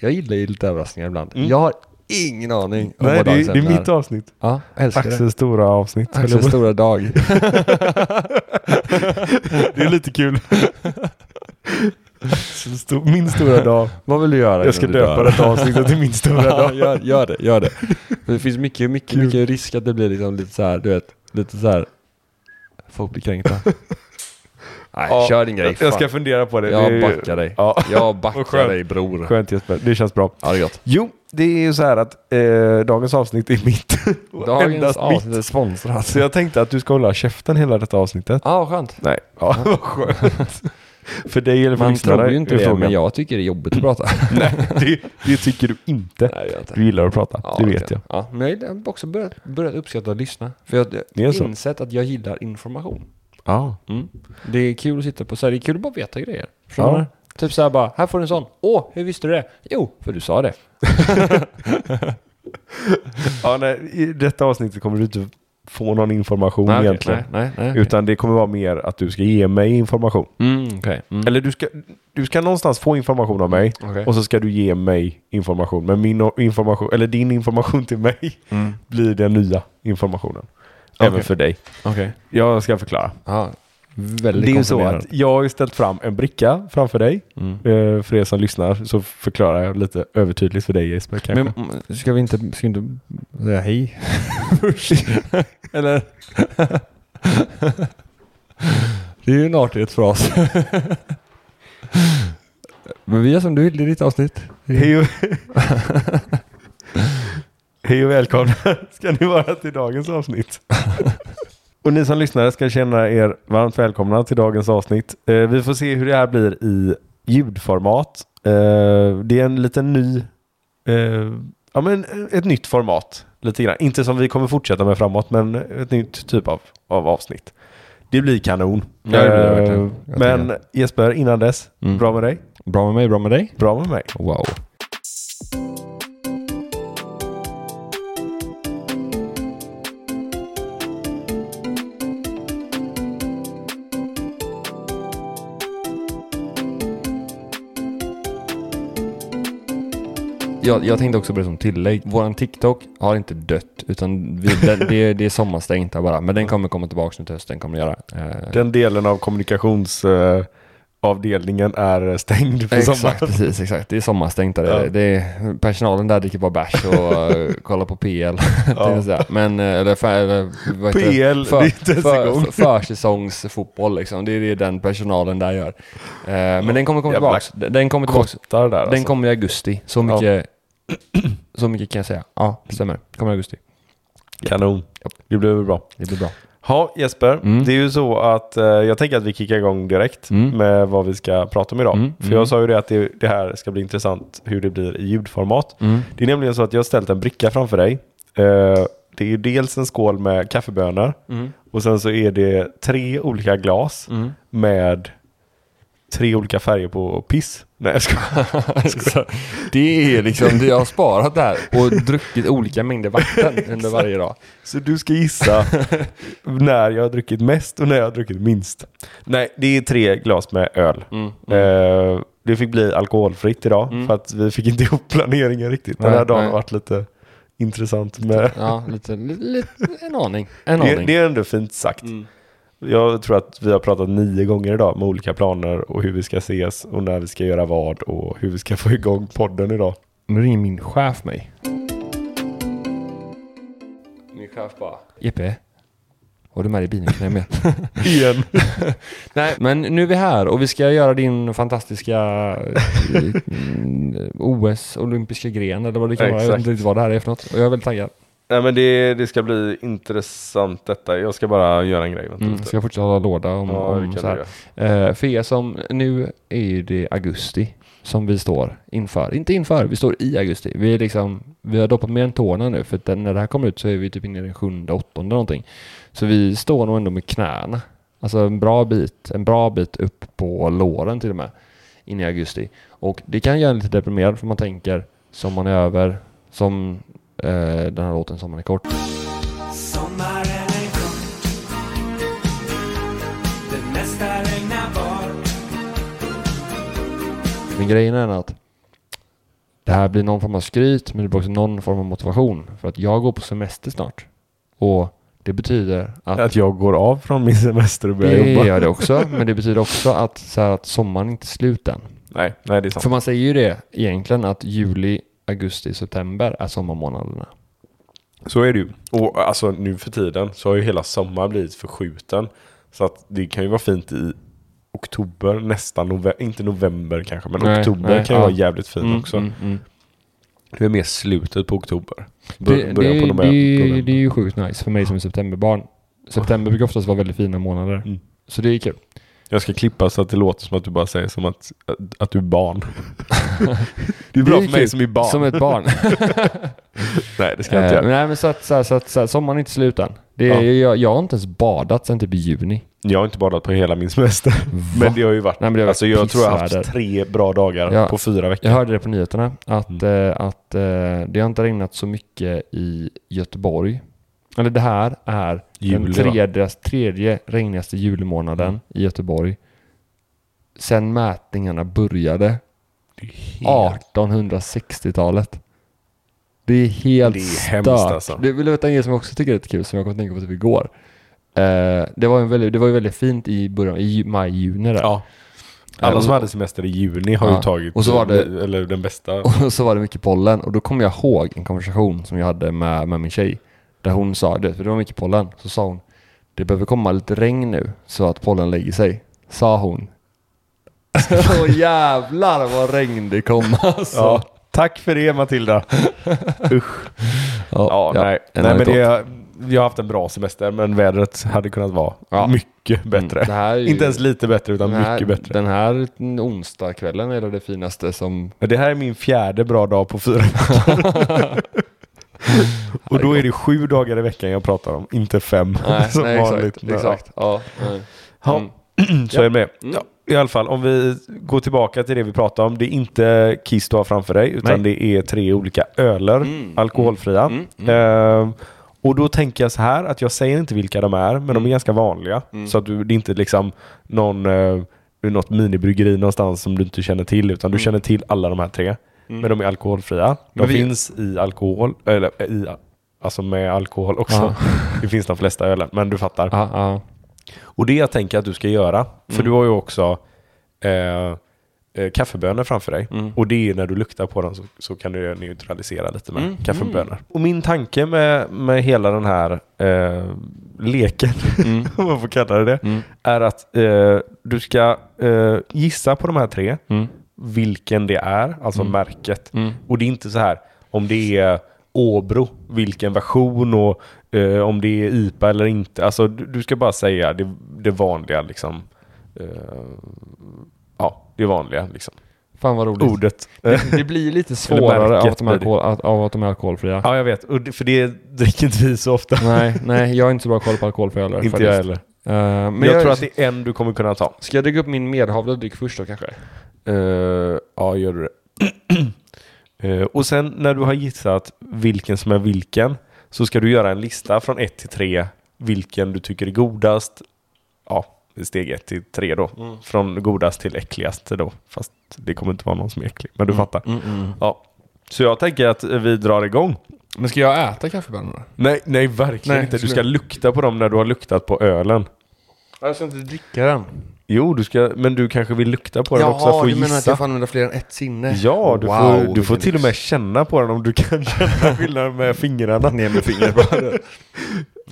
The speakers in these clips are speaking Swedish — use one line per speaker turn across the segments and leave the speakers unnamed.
Jag gillar ju lite överraskningar ibland.
Mm.
Jag har ingen aning om
Nej,
vad
det,
dagens
är- det
ämne
är mitt avsnitt.
Ja, jag älskar det.
Axels stora avsnitt.
Axels stora dag.
det är lite kul. Axels sto- min stora dag.
Vad vill du göra? innan
Jag ska
du
döpa
dör?
detta avsnittet till min stora
Ja,
dag.
gör, gör det, gör det. För det finns mycket, mycket,
Kul.
mycket risk att det blir liksom lite så här, du vet, lite så här. Folk blir kränkta. Nej,
Ja,
kör din grej.
Jag
fan.
ska fundera på det. det
jag
är-
backar dig.
Ja.
Jag
Vad
backar
skönt.
dig bror.
Skönt Jesper, det känns bra.
Ja, det är gott.
Jo, det är ju så här att eh, dagens avsnitt är mitt. Och
Dagens
endast mitt.
avsnitt är sponsrat.
Så jag tänkte att du ska hålla käften hela detta avsnittet.
Ja, ah, skönt.
Nej, ja, vad skönt. för dig eller för
Man
lyssnarna
tror ju inte
är
det,
frågan.
men jag tycker det är jobbigt att prata.
Nej, det, det tycker du inte.
Nej, jag inte.
Du gillar att prata,
Ja,
det vet
verkligen.
jag.
Ja, men jag har också börjat, börjat uppskatta att lyssna. För jag
Det är
har
så.
insett att jag gillar information.
Ja.
Det är kul att sitta på så här, det är kul att bara veta grejer.
Ja.
Ja. Typ så här bara, här får du en sån. Åh, hur visste du det? Jo, för du sa det.
Ja, nej, I detta avsnittet kommer du inte få någon information
okej,
egentligen.
nej, nej, nej.
Utan det kommer vara mer att du ska ge mig information.
Mm, okej. Mm.
Eller du ska, du ska någonstans få information av mig
Okej.
och så ska du ge mig information. Men min o- information, eller din information till mig blir den nya informationen. Även
Okej.
för dig.
Okej.
Jag ska förklara.
Ja, väldigt
Det är ju så
komprimerad.
att jag har ju ställt fram en bricka framför dig.
Mm.
Eh, för er som lyssnar så förklarar jag lite övertydligt för dig Jesper kanske.
Men mm, ska vi inte, ska vi inte säga hej? Eller? det är ju en artighetsfras. Men vi är som du vill i ditt avsnitt.
Hej och... Hej och välkomna ska ni vara till dagens avsnitt. och ni som lyssnare ska känna er varmt välkomna till dagens avsnitt. Eh, vi får se hur det här blir i ljudformat. Eh, det är en liten ny, eh, ja men ett nytt format. Lite grann. Inte som vi kommer fortsätta med framåt, men ett nytt typ av, av avsnitt. Det blir kanon.
Ja, det blir det verkligen.
Eh,
Jag
men
tycker
Jesper, innan dess,
Mm.
bra med dig?
Bra med mig, bra med dig.
Bra med mig.
Wow. Jag, jag tänkte också berätta som tillägg. Våran TikTok har inte dött, utan vi, den, det, det är sommarstängt där bara. Men den kommer komma tillbaka nu till hösten, kommer den göra. Eh,
Den delen av kommunikationsavdelningen eh, är stängd för
Exakt,
sommaren.
precis, exakt. Det är sommarstängt där.
Ja.
Det är, personalen där dricker bara bärs och eh, kollar på PL. tänkte jag säga. Men, eh, eller, för, eller vad heter
PL, det är inte ens igång.
för, försäsongsfotboll liksom. Det är det den personalen där gör. Eh, men den kommer komma
Jävla
tillbaka. Den den kommer tillbaka.
Kottar där
Den
alltså.
kommer i augusti. Så mycket, så mycket kan jag säga. Ja, stämmer. Kommer i augusti.
Kanon. Det blir väl bra.
Det blir bra.
Ja, Jesper.
Mm.
Det är ju så att eh, jag tänker att vi kickar igång direkt
Mm.
med vad vi ska prata om idag.
Mm,
För
mm.
jag sa ju det att det, det här ska bli intressant hur det blir i ljudformat.
Mm.
Det är nämligen så att jag har ställt en bricka framför dig. Eh, det är ju dels en skål med kaffebönor
Mm.
och sen så är det tre olika glas
Mm.
med tre olika färger på piss. Nej, jag skojar.
Så det är liksom, det jag har sparat där och druckit olika mängder vatten under varje dag.
Så du ska gissa när jag har druckit mest och när jag har druckit minst. Nej, det är tre glas med öl.
Mm.
Eh, det fick bli alkoholfritt idag för att vi fick inte ihop planeringen riktigt. Den
Nej,
här dagen
nej.
har varit lite intressant. Med.
Ja, lite, lite, lite en aning. En
Det,
aning.
det är ändå fint sagt. Jag tror att vi har pratat nio gånger idag med olika planer och hur vi ska ses och när vi ska göra vad och hur vi ska få igång podden idag.
Nu ringer min chef mig. Min chef bara. Jeppe. Har du med dig bilen? Nej, med.
Igen.
Nej, men nu är vi här och vi ska göra din fantastiska eh, mm, OS, olympiska gren eller vad det kan vara. Jag vet
Exakt.
inte riktigt vad det här är för något. Och jag är väldigt taggad.
Nej men det, det ska bli intressant detta. Jag ska bara göra en grej. Vänta
Mm,
lite.
ska jag fortsätta hålla låda om,
Ja, det
om
kan
så
du
här.
göra.
Eh, för er som, nu är ju det augusti som vi står inför. Inte inför, vi står i augusti. Vi är liksom, vi har doppat mer än tårna nu för att den, när det här kommer ut så är vi typ inne i den sjunde, åttonde någonting. Så vi står nog ändå med knäna. Alltså en bra bit, en bra bit upp på låren till och med. In i augusti. Och det kan göra en lite deprimerad för man tänker sommaren är över, som eh, den här låten Sommaren är kort.
Sommaren är kort Det mesta regnar bort
Men grejen är att det här blir någon form av skryt, men det blir också någon form av motivation. För att jag går på semester snart. Och det betyder att...
Att jag går av från min semester och börjar
det
jobba.
gör det också, men det betyder också att, så här, att sommaren inte är slut än.
Nej, nej, det är sant.
För man säger ju det egentligen att juli, augusti, september är sommarmånaderna.
Så är det ju. Och alltså nu för tiden så har ju hela sommaren blivit förskjuten. Så att det kan ju vara fint i oktober, nästan november, inte november kanske, men
Nej,
oktober
nej,
kan ju
ja.
vara jävligt fint
Mm,
också.
mm, mm.
Det är mer slutet på oktober.
Det,
Bör-
det,
Början på
det,
november.
det, är ju sjukt nice för mig som är septemberbarn. September brukar oftast vara väldigt fina månader.
Mm.
Så det är kul.
Jag ska klippa så att det låter som att du bara säger som att, att, att du är barn. det är bra
Det är
för mig
kul.
som är barn.
Som ett barn.
Nej, det ska jag inte
Eh,
göra.
Nej men så att, så här, så att så här, sommaren är inte slut än. Det är,
Ja.
jag, jag har inte ens badat sen typ i juni.
Jag har inte badat på hela min semester.
Va?
Men det har ju varit...
Nej, men det har varit
alltså jag tror jag har haft
pissväder.
tre bra dagar
Ja.
på fyra veckor.
Jag hörde det på nyheterna att,
Mm.
eh, att eh, det har inte regnat så mycket i Göteborg. Eller det här är
Juli,
den
va? Mm.
tredje, tredje regnigaste julimånaden i Göteborg. Sen mätningarna började
Det är helt
1860-talet. Det är helt
Det är
stört.
hemskt, alltså.
Du vill du veta en grej som jag också tycker är lite kul som jag kom att tänka på typ igår. Eh, det, var en väldigt, det var ju väldigt fint i början, i ju- maj-juni där.
Ja.
Eh,
Alla
och-
som hade semester i juni har
Ja.
ju tagit
Och så var det-
eller den bästa.
Och så var det mycket pollen och då kommer jag ihåg en konversation som jag hade med, med min tjej. Där hon sa, det, för det var mycket pollen, så sa hon det behöver komma lite regn nu så att pollen lägger sig. Sa hon. Åh jävlar vad regn det kom alltså.
Ja. Tack för det Matilda. Ja, nej.
en
nej men
anekdot.
det, jag har haft en bra semester men vädret hade kunnat vara
Ja.
mycket bättre.
Mm, det här är ju-
Inte ens lite bättre utan
den här,
mycket bättre.
Den här onsdagskvällen är det finaste som...
Men Det här är min fjärde bra dag på fyra veckor. Och då är det sju dagar i veckan jag pratar om, inte fem.
Nej,
som
nej
vanligt.
exakt. exakt ja,
Ja,
Mm.
så är det med. Ja, I alla fall, om vi går tillbaka till det vi pratade om. Det är inte Kiss du har framför dig, utan det är tre olika öler,
Mm.
alkoholfria. Ehm, och då tänker jag så här, att jag säger inte vilka de är, men
Mm.
de är ganska vanliga. Så att du, det är inte liksom någon, eh, något minibryggeri någonstans som du inte känner till, utan du känner till alla de här tre. Men de är alkoholfria. De
Mm. Men vi-
finns i alkohol, eller i, alltså med alkohol också.
Ja.
Det finns de flesta ölen, men du fattar.
Ja, ja.
Och det jag tänker att du ska göra, för du har ju också eh, eh, kaffebönor framför dig. Och det är när du luktar på dem så, så kan du neutralisera lite med kaffebönor. Och min tanke med, med hela den här eh, leken, om man får kalla det det, är att eh, du ska eh, gissa på de här tre, vilken det är, alltså
Mm.
märket. Och det är inte så här, om det är Åbro, vilken version och eh, om det är IPA eller inte. Alltså du, du ska bara säga det, det vanliga liksom. Eh, ja, det vanliga liksom.
Fan vad roligt.
Ordet.
Det blir lite
Eller
svårare av
märket
att, de är
blir det.
alkohol, att- av att de är alkoholfria.
ja, jag vet. Och det, för det dricker inte vi så ofta.
Nej, nej, jag har inte så bra koll på alkoholfria öler.
inte jag heller.
Eh, men
Men jag, tror att det är en du kommer kunna ta.
Ska jag lägga upp min medhavda dryck först då kanske?
Eh, ja, gör du det. Eh, och sen när du har gissat vilken som är vilken så ska du göra en lista från 1 till 3 vilken du tycker är godast. Ja, steg 1 till 3 då. Från godast till äckligast då. Fast det kommer inte vara någon som är äcklig, men du fattar. Ja. Så jag tänker att vi drar igång.
Men ska jag äta kaffebönorna?
Nej, nej verkligen
Nej,
inte. Du
skulle-
ska lukta på dem när du har luktat på ölen.
Jag ska inte dricka den.
Jo, du ska, men du kanske vill lukta på den också för att gissa.
använda fler än ett sinne?
Ja, du får, du får till och med känna på den om du kan känna skillnaden med fingrarna. Ner med fingret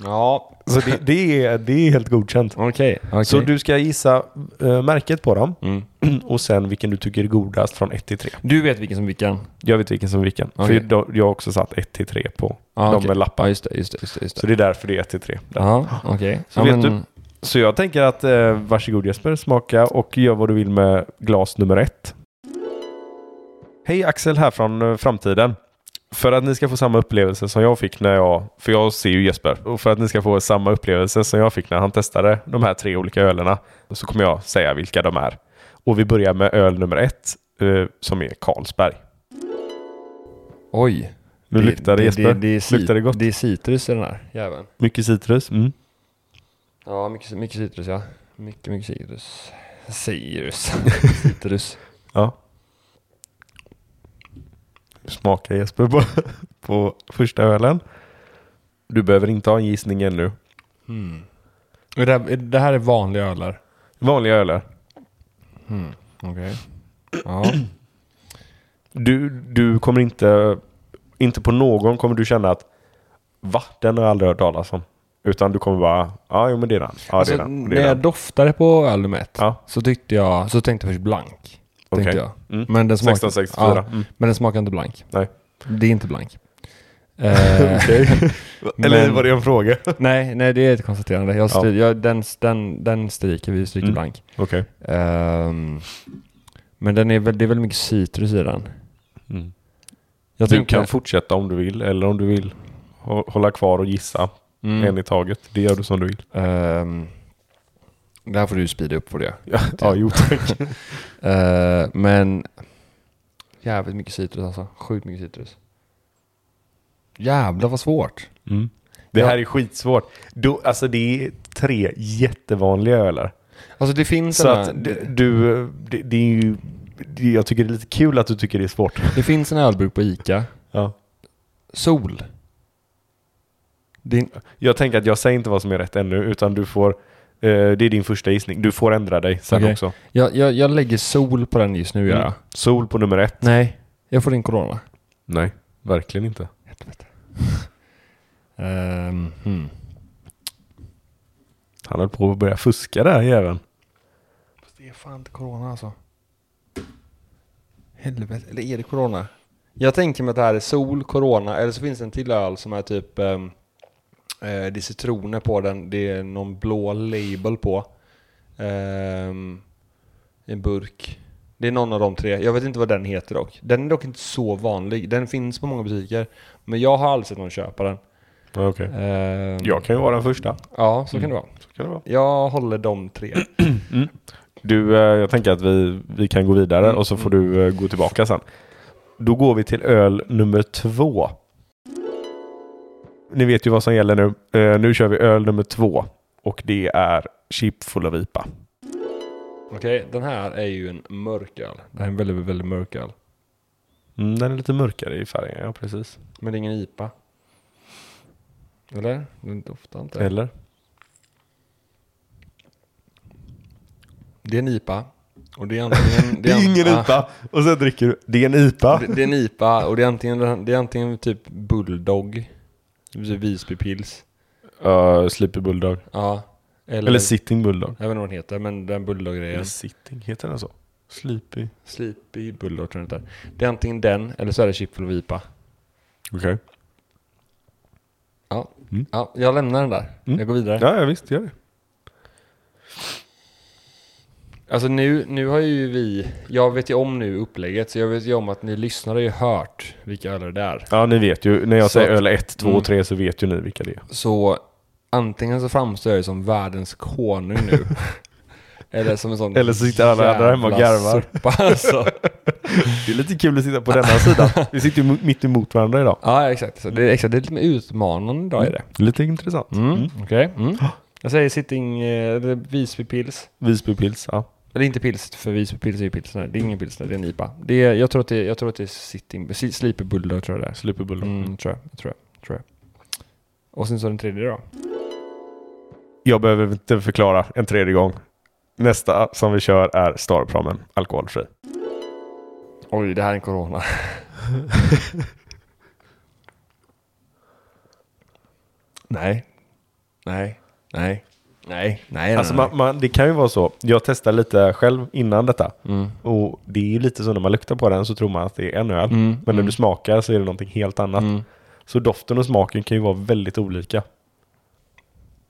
Ja,
Så det, det, är, det är helt godkänt.
okej. Okay,
Så du ska gissa eh, märket på dem
Mm.
och sen vilken du tycker är godast från 1 till 3.
du vet vilken som vilken?
Jag vet vilken som vilken.
Okej.
För jag, jag har också satt 1 till 3 på
Ja,
de
okej.
med lappar.
Ja, just det, just det, just det. Just
Så
det.
det är därför det är 1 till 3.
Ja, okej.
Så
Ja,
vet
men-
du- Så jag tänker att eh, varsågod Jesper, smaka och gör vad du vill med glas nummer ett. Hej Axel här från eh, framtiden. För att ni ska få samma upplevelse som jag fick när jag, för jag ser ju Jesper, och för att ni ska få samma upplevelse som jag fick när han testade de här tre olika ölerna så kommer jag säga vilka de är. Och vi börjar med öl nummer ett eh, som är Carlsberg.
Oj.
Nu luktar det Jesper.
är cit-
Luktar det gott?
Det är citrus i den här jäveln.
Mycket citrus. Mm.
Ja, mycket, mycket citrus ja. Mycket, mycket citrus. Cirrus. citrus.
Ja. smaka Jesper på, på första ölen. Du behöver inte ha en gissning ännu.
Mm. Är Det, här, är det här är vanliga ölar.
Vanliga öler.
Mm. Okej. Ja.
Du, du kommer inte, inte på någon kommer du känna att va, den har jag aldrig hört talas om. Utan du kommer bara, ja jo men det är den. Ja,
alltså,
det är den. Det
när
är
jag
den.
doftade på öl nummer ett
Ja.
så tyckte jag, så tänkte jag först blank. Tänkte
Okej.
jag.
Mm.
Men den smakade,
1664.
Ja,
Mm.
men den smakade inte blank.
Nej.
Det är inte blank. Eh,
Okej. Eller
Men-
var det en fråga?
nej, nej, det är ett konstaterande. Jag
Ja.
stry, jag, den, den, den stryker, vi stryker
Mm.
blank.
Okej.
Ehm, men den är väl, det är väl mycket citrus i den.
Mm.
Jag
Du
tänker-
kan fortsätta om du vill eller om du vill hå- hålla kvar och gissa
Mm.
en i taget. Det gör du som du vill.
Ehm, det här får du speeda upp för det.
Ja, ja jo tack.
Eh, men jävligt mycket citrus alltså. Sjukt mycket citrus. Jävlar vad svårt.
Mm. Det här är skitsvårt. Du, alltså det är tre jättevanliga öler.
Alltså det finns,
Så
såna,
att
det,
d- du, det, det är ju, det, jag tycker det är lite kul att du tycker det är svårt.
det finns en ölburk på Ica.
Ja.
Sol. Din,
Jag tänker att jag säger inte vad som är rätt ännu utan du får, eh, det är din första gissning. Du får ändra dig sen
Okej.
också.
jag, jag, jag lägger sol på den just nu. gör
Mm.
jag.
Sol på nummer ett.
Nej. Jag får in corona.
Nej, verkligen inte.
Ehm, hmm.
Han höll på att börja fuska där jäveln.
Fast det är fan inte corona alltså. Helvete, eller är det corona? Jag tänker mig att det här är sol, corona, eller så finns det en till öl som är typ... ehm, eh, det är citroner på den, det är någon blå label på. Ehm, en burk. Det är någon av de tre. Jag vet inte vad den heter dock. Den är dock inte så vanlig. Den finns på många butiker. Men jag har aldrig sett någon köpa den.
Ja, Okej.
Ehm,
Jag kan ju vara den första.
Ja, så kan det vara.
Så kan det vara.
Jag håller de tre.
Du, eh, jag tänker att vi, vi kan gå vidare
Mm,
och så får du eh, gå tillbaka sen. Då går vi till öl nummer två. Ni vet ju vad som gäller nu. Eh, nu kör vi öl nummer två och det är chip full av IPA.
Okej, den här är ju en mörk öl. Det här är en väldigt, väldigt mörk öl.
Mm, den är lite mörkare i färgen, ja precis.
Men det är ingen IPA. Eller? Den doftar inte.
Eller?
Det är en IPA. Och det är antingen...
Det är ingen
ah,
IPA! Och sen dricker du. Det är en IPA.
Det, det är en IPA och det är antingen, det är antingen typ Bulldog. typ Visby Pils.
Uh, Sleepy Bulldog.
Ja. Eller... Mm.
Eller, Sitting Bulldog.
jag vet inte vad den heter, men den
Eller
Bulldog-grejen.
Sitting, heter den så? Sleepy.
Sleepy Bulldog tror jag den heter. Det är antingen den, eller så är det Chipful och IPA.
Okej.
Ja.
Mm.
ja, jag lämnar den där.
Mm.
Jag går vidare.
Ja, ja, visst, gör det.
Alltså nu, nu har ju vi, jag vet ju om nu upplägget, så jag vet ju om att ni lyssnare har ju hört vilka öler det är.
Ja, ni vet ju. När jag
Så
säger
att-
öl 1, 2
Mm.
och 3 så vet ju ni vilka det är.
Så antingen så framstår jag ju som världens konung nu. eller som en sån
Eller så sitter alla
jävla
andra hemma och garvar.
Soppa, alltså.
Det är lite kul att sitta på denna sidan. Vi sitter ju mitt emot varandra idag.
Ja, exakt. Så det, är, exakt. det är lite mer utmanande idag är det.
Lite intressant.
Mm. Okej. Mm. Jag säger sitting, eh, eller Visby Pils.
Visby Pils, ja.
Eller inte pils, för Visby Pils är ju pilsner. Det är ingen pilsner, det är en IPA. Det är, jag, tror att det, jag tror att det är sitting, si- Sleepy Bulldog tror jag det är.
Sleepy Bulldog.
Mm, tror jag, tror jag, tror jag. Och sen så den tredje då.
Jag behöver inte förklara en tredje gång. Nästa som vi kör är Starpramen, alkoholfri.
Oj, det här är en corona. nej. Nej. Nej. Nej. Nej.
Alltså
nej.
man, man, det kan ju vara så. Jag testade lite själv innan detta.
Mm.
Och det är ju lite så när man luktar på den så tror man att det är en öl.
Mm,
Men när
mm.
du smakar så är det någonting helt annat.
Mm.
Så doften och smaken kan ju vara väldigt olika.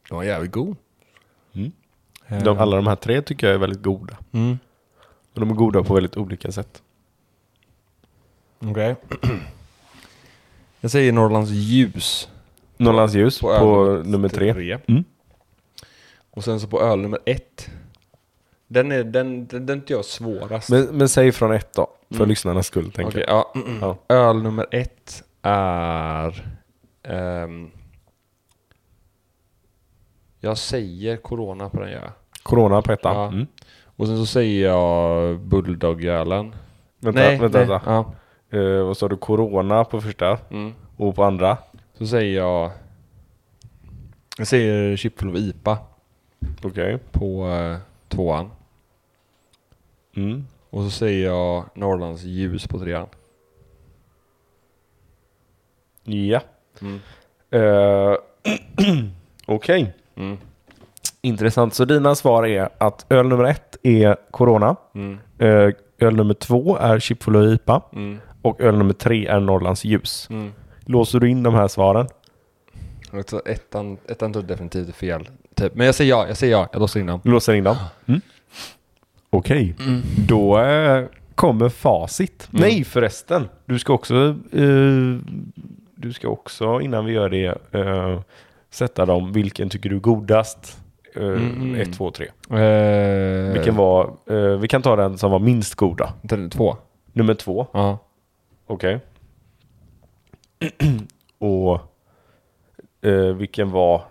Den var jävligt god.
Mm.
Eh,
De, alla de här tre tycker jag är väldigt goda.
Mm.
Men de är goda på väldigt olika sätt.
Okej. jag säger Norrlands ljus.
Norrlands ljus på, nummer tre. Mm.
Och sen så på öl nummer ett. Den är, den, den, den är inte jag svårast.
Men, men säg från ett då, för
Mm.
lyssnarnas skull. Tänker
Okej,
jag.
ja.
Ja.
Öl nummer ett är... ehm, jag säger corona på den gör jag.
Corona på ettan.
Ja.
Mm.
Och sen så säger jag bulldogölen.
Vänta, vänta, vänta.
Ja.
Eh, och så har du corona på första
Mm.
och på andra.
Så säger jag... Jag säger chipfull av IPA
Okej.
på eh, tvåan.
Mm.
Och så säger jag Norrlands ljus på trean.
Ja.
Mm.
Eh, Okej.
Mm.
Intressant. Så dina svar är att öl nummer ett är Corona.
Mm.
Eh, öl nummer två är Chipfull och IPA.
Mm.
Och öl nummer tre är Norrlands ljus.
Mm.
Låser du in de här svaren?
Jag tror Ettan, ettan tror jag definitivt är fel. Typ. Men jag säger ja, jag säger ja. Jag låser in dem.
Låser in dem? Mm. Okej. Då eh, kommer facit. Nej förresten. Du ska också... eh, du ska också innan vi gör det eh, sätta dem. Vilken tycker du är godast? Eh,
Mm.
1, 2, 3.
Eh,
Vilken var... eh, vi kan ta den som var minst goda.
var? Två.
Nummer två.
Ja.
Okej. Och eh, vilken var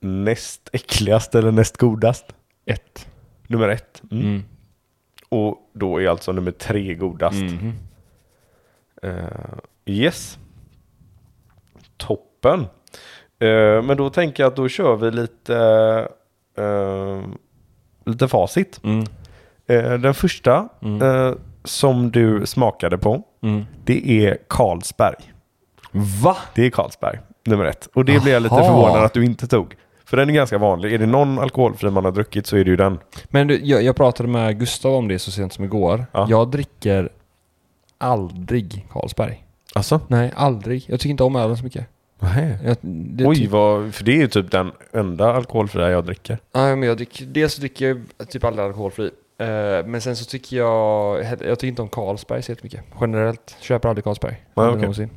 näst äckligast eller näst godast?
Ett.
Nummer ett. Mm.
Mm.
Och då är alltså nummer tre godast.
Mhm.
Eh, yes. Toppen. Eh, men då tänker jag att då kör vi lite, eh, lite facit.
Mm.
Eh, den första eh, som du smakade på,
Mm.
det är Carlsberg.
Va?
Det är Carlsberg, nummer ett. Och det blev jag lite
Jaha.
förvånad att du inte tog. För den är ganska vanlig. Är det någon alkoholfri man har druckit så är det ju den.
Men du, jag, jag pratade med Gustav om det så sent som igår.
Ja.
Jag dricker aldrig Carlsberg.
Alltså?
Nej, aldrig. Jag tycker inte om ölen så mycket.
Nej.
Jag, det
Oj, vad, för det är ju typ den enda alkoholfria jag dricker.
Nej, men jag dricker, dels så dricker jag ju typ aldrig alkoholfri. Eh, men sen så tycker jag, jag tycker inte om Carlsberg så mycket. Generellt, köper aldrig Carlsberg.
Ja,
Aldrig
okej.
någonsin.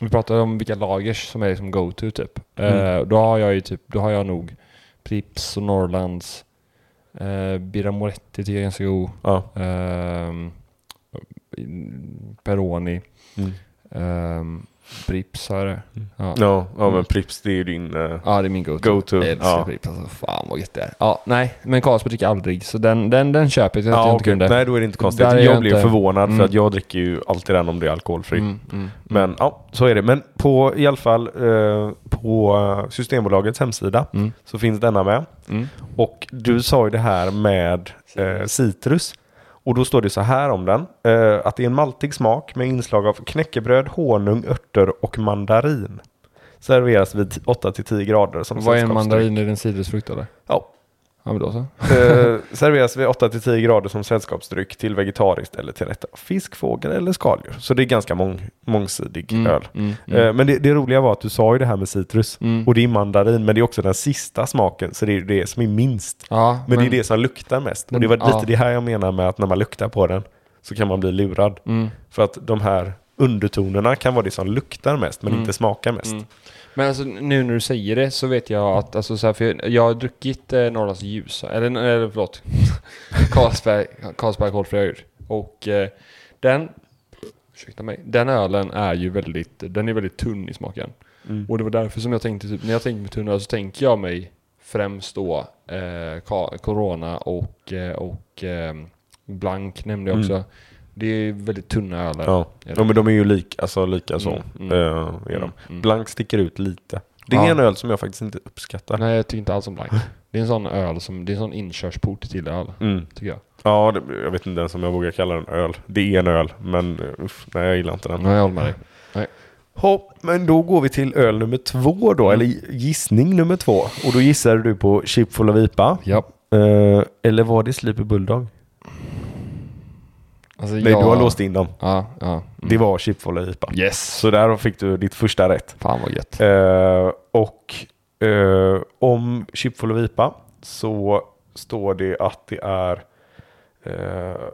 Vi pratade om vilka lagers som är liksom go-to typ. Eh,
Mm.
Då har jag ju typ, då har jag nog Pripps och Norrlands. Uh, Birra Moretti tycker jag är ganska god.
Ja.
Ehm, Peroni.
Mm.
Um, Pripps har det.
Mm.
Ja.
Ja, ja men
Mm.
Pripps det är ju din... eh,
Ja, det är min go-to.
Go-to,
Jag älskar
ja.
Pripps alltså. Fan vad gött det är. Ja, nej, men Carlsberg dricker jag aldrig. Så den, den, den köper jag. Jag
ja,
inte
okej.
kunde.
Nej, då är det inte konstigt.
Där är
Jag,
jag
blev
inte-
förvånad
Mm.
för att jag dricker ju alltid den om det är alkoholfritt.
Mm, mm.
Men ja, så är det. Men på, i alla fall eh, på eh, Systembolagets hemsida
Mm.
så finns denna med.
Mm.
Och du sa ju det här med eh, citrus. Och då står det så här om den. Eh, att det är en maltig smak med inslag av knäckebröd, honung, örter och mandarin. Serveras vid 8-10 grader som
Vad är en
sällskapsdryck.
mandarin? Är det en citrusfrukt eller?
Ja,
Ja, men då så.
Eh, serveras vid 8-10 grader som sällskapsdryck till vegetariskt eller till rätter av fisk, fågel eller skaldjur. Så det är ganska mång, mångsidig öl.
Mm.
Eh, men det, det roliga var att du sa ju det här med citrus.
Mm.
Och det är mandarin, men det är också den sista smaken. Så det är det som är minst.
Ja,
Men, det är det som luktar mest. och
Men-
det var lite
ja.
det här jag menar med att när man luktar på den så kan man bli lurad.
Mm.
För att de här undertonerna kan vara det som luktar mest, men inte smakar mest.
Mm. Men alltså, nu när du säger det så vet jag att, alltså, så här, för jag, jag har druckit eh, Norrlands ljus, eller, eller förlåt, Carlsberg, Carlsberg kolfri öl. Och eh, den, ursäkta mig, den ölen är ju väldigt, den är väldigt tunn i smaken.
Mm.
Och det var därför som jag tänkte, typ, när jag tänker på tunn öl så tänker jag mig främst då eh, ka, Corona och, eh, och eh, Blank nämnde jag också. Det är väldigt tunna öler.
Mm. Ja. ja, men de är ju lika, alltså lika så.
Mm, mm.
eh, är de.
Mm, mm.
Blank sticker ut lite. Det är
Ja.
en öl som jag faktiskt inte uppskattar.
Nej, jag tycker inte alls om blank. Det är en sån öl som, det är en sån inkörsport till öl,
Mm.
tycker jag.
Ja, det, jag vet inte ens om jag vågar kalla den öl. Det är en öl, men eh, uff, nej jag gillar inte den.
Nej, jag håller med dig.
Mm. Hopp, men då går vi till öl nummer två då, eller gissning nummer två. Och då gissade du på Chipfull av IPA.
Ja.
Eh, eller var det Sleepy Bulldog?
Alltså,
Nej, du har låst in dem.
Ja, ja. Mm.
Det var Chipfull av IPA.
Yes!
Så där fick du ditt första rätt.
Fan vad gött.
Eh, och eh, om Chipfull och Vipa så står det att det är eh,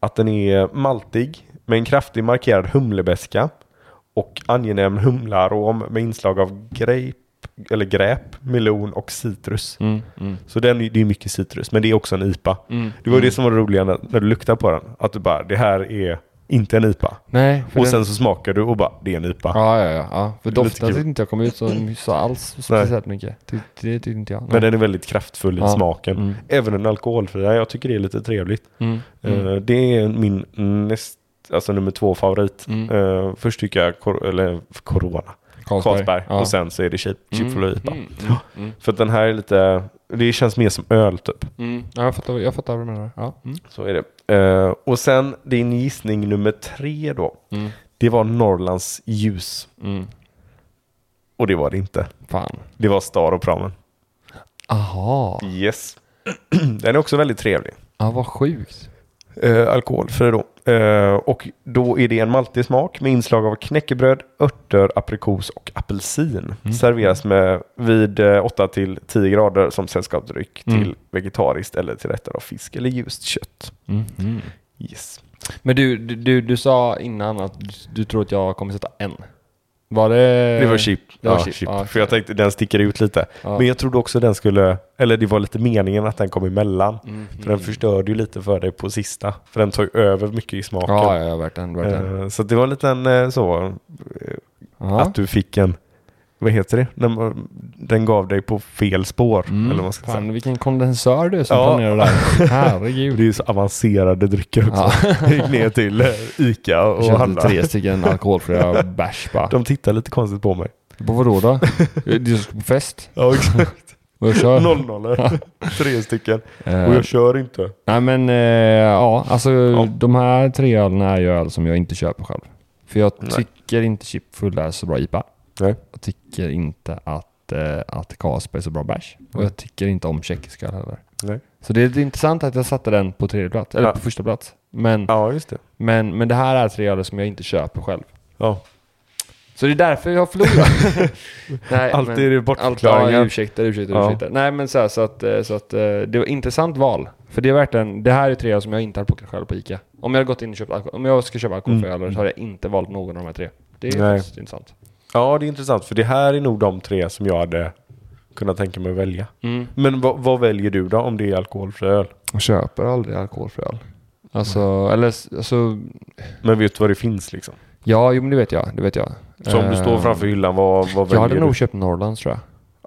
att den är maltig med en kraftig markerad humlebeska och angenäm humlearom med inslag av grape, eller gräp, melon och citrus.
Mm, mm.
Så den, är- det är mycket citrus, men det är också en IPA. Det var ju det som var det roliga när, när du luktade på den. Att du bara, det här är inte en IPA.
Nej. för
Och
den-
sen så smakar du och bara, det är en IPA.
Ja, ja, ja. ja. För
Det är lite
doften
kul.
tyckte inte jag kom ut så, så alls speciellt mycket. Ty, det tyckte inte jag.
Men den är väldigt kraftfull i
Ja.
smaken.
Mm.
Även den alkoholfria, jag tycker det är lite trevligt.
Mm.
Eh,
Mm.
Det är min näst, alltså nummer två favorit.
Mm.
Eh, först tycker jag kor- eller Corona, Carlsberg
Ja.
och sen så är det Chip- Chipolo IPA.
Mm. Mm. Mm.
För att den här är lite, det känns mer som öl typ.
Mm. Ja, jag fattar, jag fattar vad du menar. Ja. Mm.
Så är det. Eh, och sen din gissning nummer tre då.
Mm.
Det var Norrlands ljus.
Mm.
Och det var det inte.
Fan.
Det var Star och Pramen.
Aha.
Yes. den är också väldigt trevlig.
Ja, vad sjukt.
Eh, alkoholfri då. Eh, och då är det en maltig smak med inslag av knäckebröd, örter, aprikos och apelsin. Serveras med vid eh, 8 till 10 grader som sällskapsdryck
Mm.
till vegetariskt eller till rätter av fisk eller ljust kött.
Mm.
Yes.
Men du, du, du, du sa innan att du, du tror att jag kommer sätta en. Var det...
Det var chip.
Eh, det var
ja,
chip.
chip.
Ja,
För jag tänkte den sticker ut lite.
Ja.
Men jag trodde också den skulle, eller det var lite meningen att den kom emellan.
Mm.
För den förstörde ju lite för dig på sista. För den tog över mycket i smaken.
Ja, ja, ja, verkligen. verkligen.
Eh, Så att det var en liten eh, så,
Ja.
att du fick en, vad heter det, När man- den gav dig på fel spår. Eller vad man ska säga.
Mm. Fan, vilken kondensör du är som
Ja.
planerar det här.
Det
Herregud.
är ju så avancerade drycker också. Jag gick ner till eh, Ica och
Jag köpte
handlade.
tre stycken alkoholfria bärs bara.
De tittar lite konstigt på mig.
På vadå då? Du ska på fest?
Ja, exakt.
Och jag kör?
Noll nollor. Tre stycken.
Eh,
Och jag kör inte.
nej men eh, ja, alltså de här tre ölen är ju öl som jag inte köper själv. För jag
Nej.
tycker inte Chip Full är så bra IPA.
Nej.
Jag tycker inte att, eh, att Carlsberg är så bra bärs. Och
Nej.
jag tycker inte om tjeckisk öl heller.
Nej.
Så det är intressant att jag satte den på tredje plats, eller
Ja.
på första plats. Men,
Ja, just det.
men, men det här är tre öl som jag inte köper själv.
Ja.
Så det är därför jag förlorar. Nej,
Alltid
men-
är det bortförklaringar.
Allt, ja, ursäkter, ursäkter,
Ja.
ursäkter. Nej, men så, här, så, att, eh, så att eh, det var ett intressant val. För det är verkligen, det här är tre som jag inte hade plockat själv på ICA. Om jag hade gått in och köpt alkohol, om jag ska köpa alkoholfria öl så hade jag inte valt någon av de här tre. Det är
Mm. Nej.
faktiskt intressant.
Ja, det är intressant. För det här är nog de tre som jag hade kunnat tänka mig att välja.
Mm.
Men vad, vad väljer du då om det är alkoholfri öl?
Jag köper aldrig alkoholfri öl. Alltså, eller s- alltså,
Men vet du vad det finns liksom?
ja, jo men det vet jag, det vet jag.
Så om du står
Eh,
framför hyllan, vad, vad
Jag
väljer
hade
du?
nog köpt Norrlands tror jag.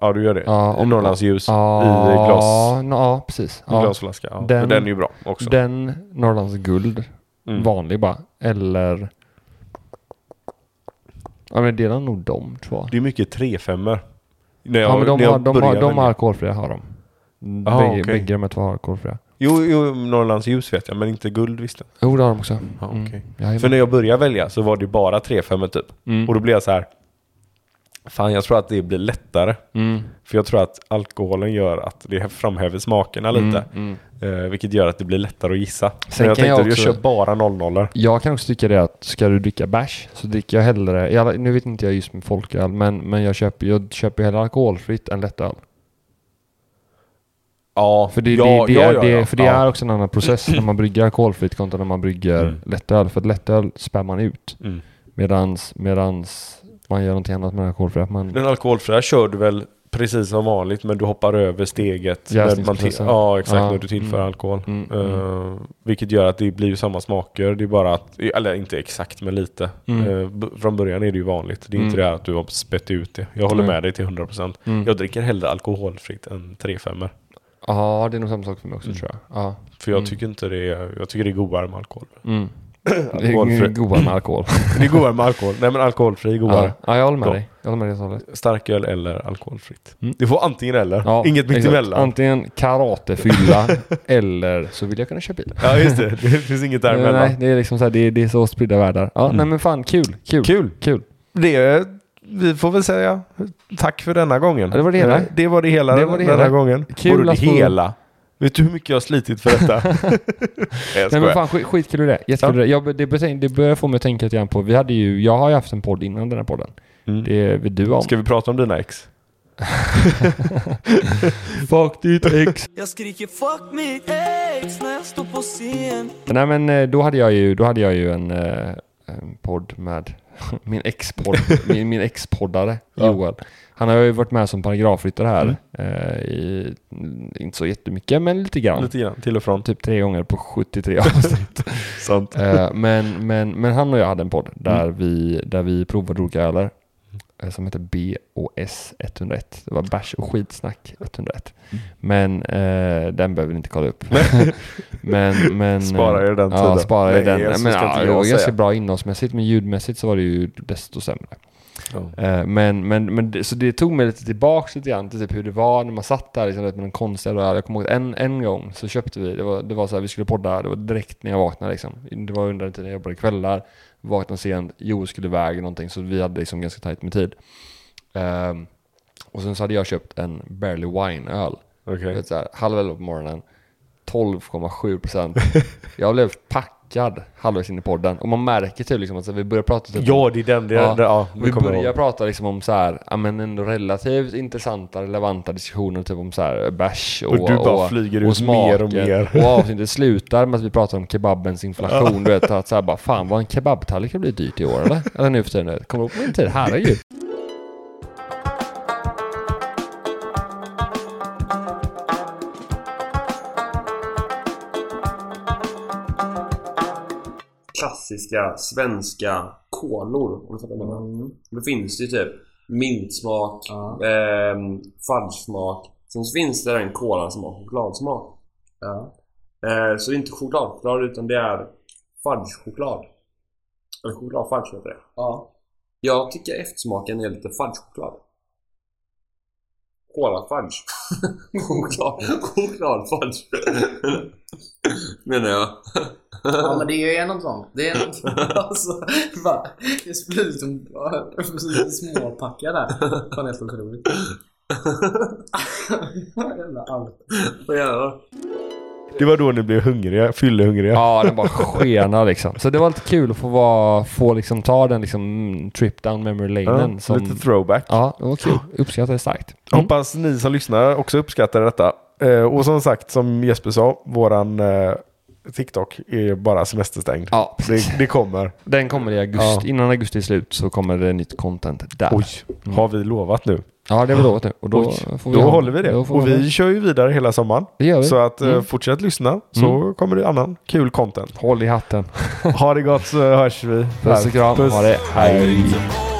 Ja, du gör det.
Ja,
I
om-
Norrlands ljus i
Ja,
glas,
nå- Ja, precis.
i
Ja.
glasflaska. Ja.
Den-
Den, den är ju bra också.
Den, Norrlands guld,
Mm.
vanlig bara. Eller... Ja men det är nog de tror jag.
Det är mycket 3 5 när jag,
Ja men de
när jag
har, de har,
började
de har
med-
alkoholfria har de.
Ah,
bägge,
okej.
bägge de här två har alkoholfria.
Jo, jo, Norrlands ljus vet jag, men inte guld visste jag.
Jo det har de också.
Ja,
Mm.
okej.
Jajamän.
För när jag började välja så var det bara 3 5 typ.
Mm.
Och då blev jag så här. Fan, jag tror att det blir lättare.
Mm.
För jag tror att alkoholen gör att det framhäver smakerna lite.
mm.
Eh, vilket gör att det blir lättare att gissa.
Sen
Men jag
kan
tänkte,
jag
jag,
också-
kör bara 00
Jag kan också tycka det att ska du dricka bärs så dricker jag hellre, i alla, nu vet inte jag just med folköl, men, men jag köper ju jag köper ju hellre alkoholfritt än lättöl.
Ja,
För det,
ja,
det, det,
ja,
är-
ja,
det,
ja.
För det
ja.
är också en annan process när man brygger alkoholfritt kontra när man brygger
Mm.
lättöl. För att lättöl spär man ut.
Mm.
Medans, medans man gör någonting annat med alkoholfritt. Man,
Den alkoholfria kör du väl precis som vanligt men du hoppar över steget. När man till,
Jäsningsprocessen.
ja, exakt.
Ja,
När du tillför
mm.
alkohol.
Mm,
Eh, vilket gör att det blir ju samma smaker. Det är bara att, eller inte exakt men lite.
Mm.
Eh, b- från början är det ju vanligt. Det är inte
Mm.
det att du har spett ut det. Jag håller
Nej.
med dig till 100%.
Mm.
Jag dricker hellre alkoholfritt än 3-5.
ja, det är nog samma sak för mig också
Mm.
tror jag. Ja.
För jag tycker inte det är, jag tycker det är godare med alkohol.
Mm. Det är
Alkoholfri.
godare med alkohol.
Det är godare med alkohol. Nej men alkoholfri är godare.
ja. ja, jag håller med
Bra.
dig. Jag håller med dig helt och hållet.
Starköl eller alkoholfritt.
Mm.
Du får antingen eller.
Ja,
Inget
exakt.
mittemellan.
Antingen karatefylla eller så vill jag kunna köpa bil.
Ja just det, det finns inget däremellan. Mm.
Nej, det är liksom så här, det, är, det är så spridda världar. Ja, nej men fan, kul, kul,
Kul.
kul.
Det, vi får väl säga tack för denna gången.
Ja, det var det hela.
Eh, Det var det hela
Det var det
den
hela.
här gången.
Kul
Kul det
att få-
hela. Vet du hur mycket jag har slitit för detta? Nej,
Nej men
jag
fan skit, skitkul i det. Jättekul i det. Jag, det, betän- det börjar få mig att tänka lite grann på, vi hade ju, jag har ju haft en podd innan den här podden.
Mm.
Det vet du om.
Ska vi prata om dina ex?
Fuck ditt ex.
Jag skriker fuck mitt ex när jag står på scen
Nej men eh, då hade jag ju, då hade jag ju en, eh, en podd med min ex-podd, min, min ex-poddare
Ja. Mm.
Joel. Han har ju varit med som paragrafryttare här. Eh, i, inte så jättemycket, men lite grann.
Lite grann, till och från.
Typ tre gånger på 73 avsnitt.
Sant.
Eh, men, men, men han och jag hade en podd där,
Mm.
vi, där vi provade olika öler. eh, Som hette BOS 101. Det var bärs och skitsnack 101.
Mm.
Men eh, den behöver vi inte kolla upp. men, men, eh,
Spara er den
Ja,
tiden.
spara
Nej,
i den.
så
Men,
ska inte
ja,
jag
det var
säga.
ganska bra innehållsmässigt, men ljudmässigt så var det ju desto sämre. Eh, Men, men, men det, så det tog mig lite tillbaks lite grann till typ hur det var när man satt där liksom, vet, med den konstiga röra. Jag kommer ihåg att en, en gång så köpte vi, det var, det var så här, vi skulle podda, det var direkt när jag vaknade liksom. Det var under den tiden jag jobbade kvällar, vaknade sent, Joel skulle iväg någonting så vi hade liksom ganska tajt med tid. Ehm, och sen så hade jag köpt en Barely Wine-öl.
Okej.
Vet, så här, halv elva på morgonen, 12,7 procent. jag blev packad halvvägs in i podden. Och man märker typ liksom att så här, vi börjar prata typ
Ja, det är den. Det är,
Ja.
ja. Det, ja,
vi
det kommer jag
börjar
ihåg.
prata liksom om så här, ja men ändå relativt intressanta, relevanta diskussioner typ om så här bärs och,
Och du bara flyger ut mer och
smaker.
mer.
Och avsnittet slutar med att vi pratar om kebabens inflation. du vet att så här bara, fan vad en kebabtallrik har blivit dyrt i år eller? Eller nu för tiden. du vet. Kommer du ihåg på min tid? Herregud.
klassiska svenska kolor. Om du fattar vad jag menar. Då finns det ju typ mintsmak,
Mm. Ja.
ehm, fudge-smak. Sen så finns det den kolan som har chokladsmak.
Ja.
Eh, så det är inte chokladchoklad utan det är fudge-choklad. Eller chokladfudge heter det.
Ja.
Jag tycker eftersmaken är lite fudge-choklad. Kola-fudge. choklad, choklad-fudge. Menar jag.
ja, men det är ju något sånt. Det är något alltså, va? Det blir liksom ja, småpackar där. Fan, helt otroligt. Jävla allt.
Vad jävlar.
det var då ni blev hungriga, fyllehungriga.
Ja, den bara skenar liksom. Så det var lite kul att få, vara, få liksom ta den liksom trip down memory
Ja,
lanen. som,
Lite throwback.
ja, det var kul. Uppskattade det starkt. Mm.
Hoppas ni som lyssnar också uppskattar detta. Eh, och som sagt, som Jesper sa, våran eh, TikTok är bara semesterstängd.
Ja, precis.
Det, det kommer.
Den kommer i augusti.
Ja.
Innan augusti är slut så kommer det nytt content där.
Oj, Mm. har vi lovat nu?
Ja, det är väl lovat nu. Och då
Oj,
får vi
då
ha-
håller vi det.
då får
Och
vi ha
vi kör ju vidare hela sommaren.
Det gör vi.
Så att eh,
Mm.
fortsätt lyssna så kommer det annan kul content.
Håll i hatten.
Ha det gott så hörs vi.
Puss och kram.
Puss.
Ha det. Hej.
Åh,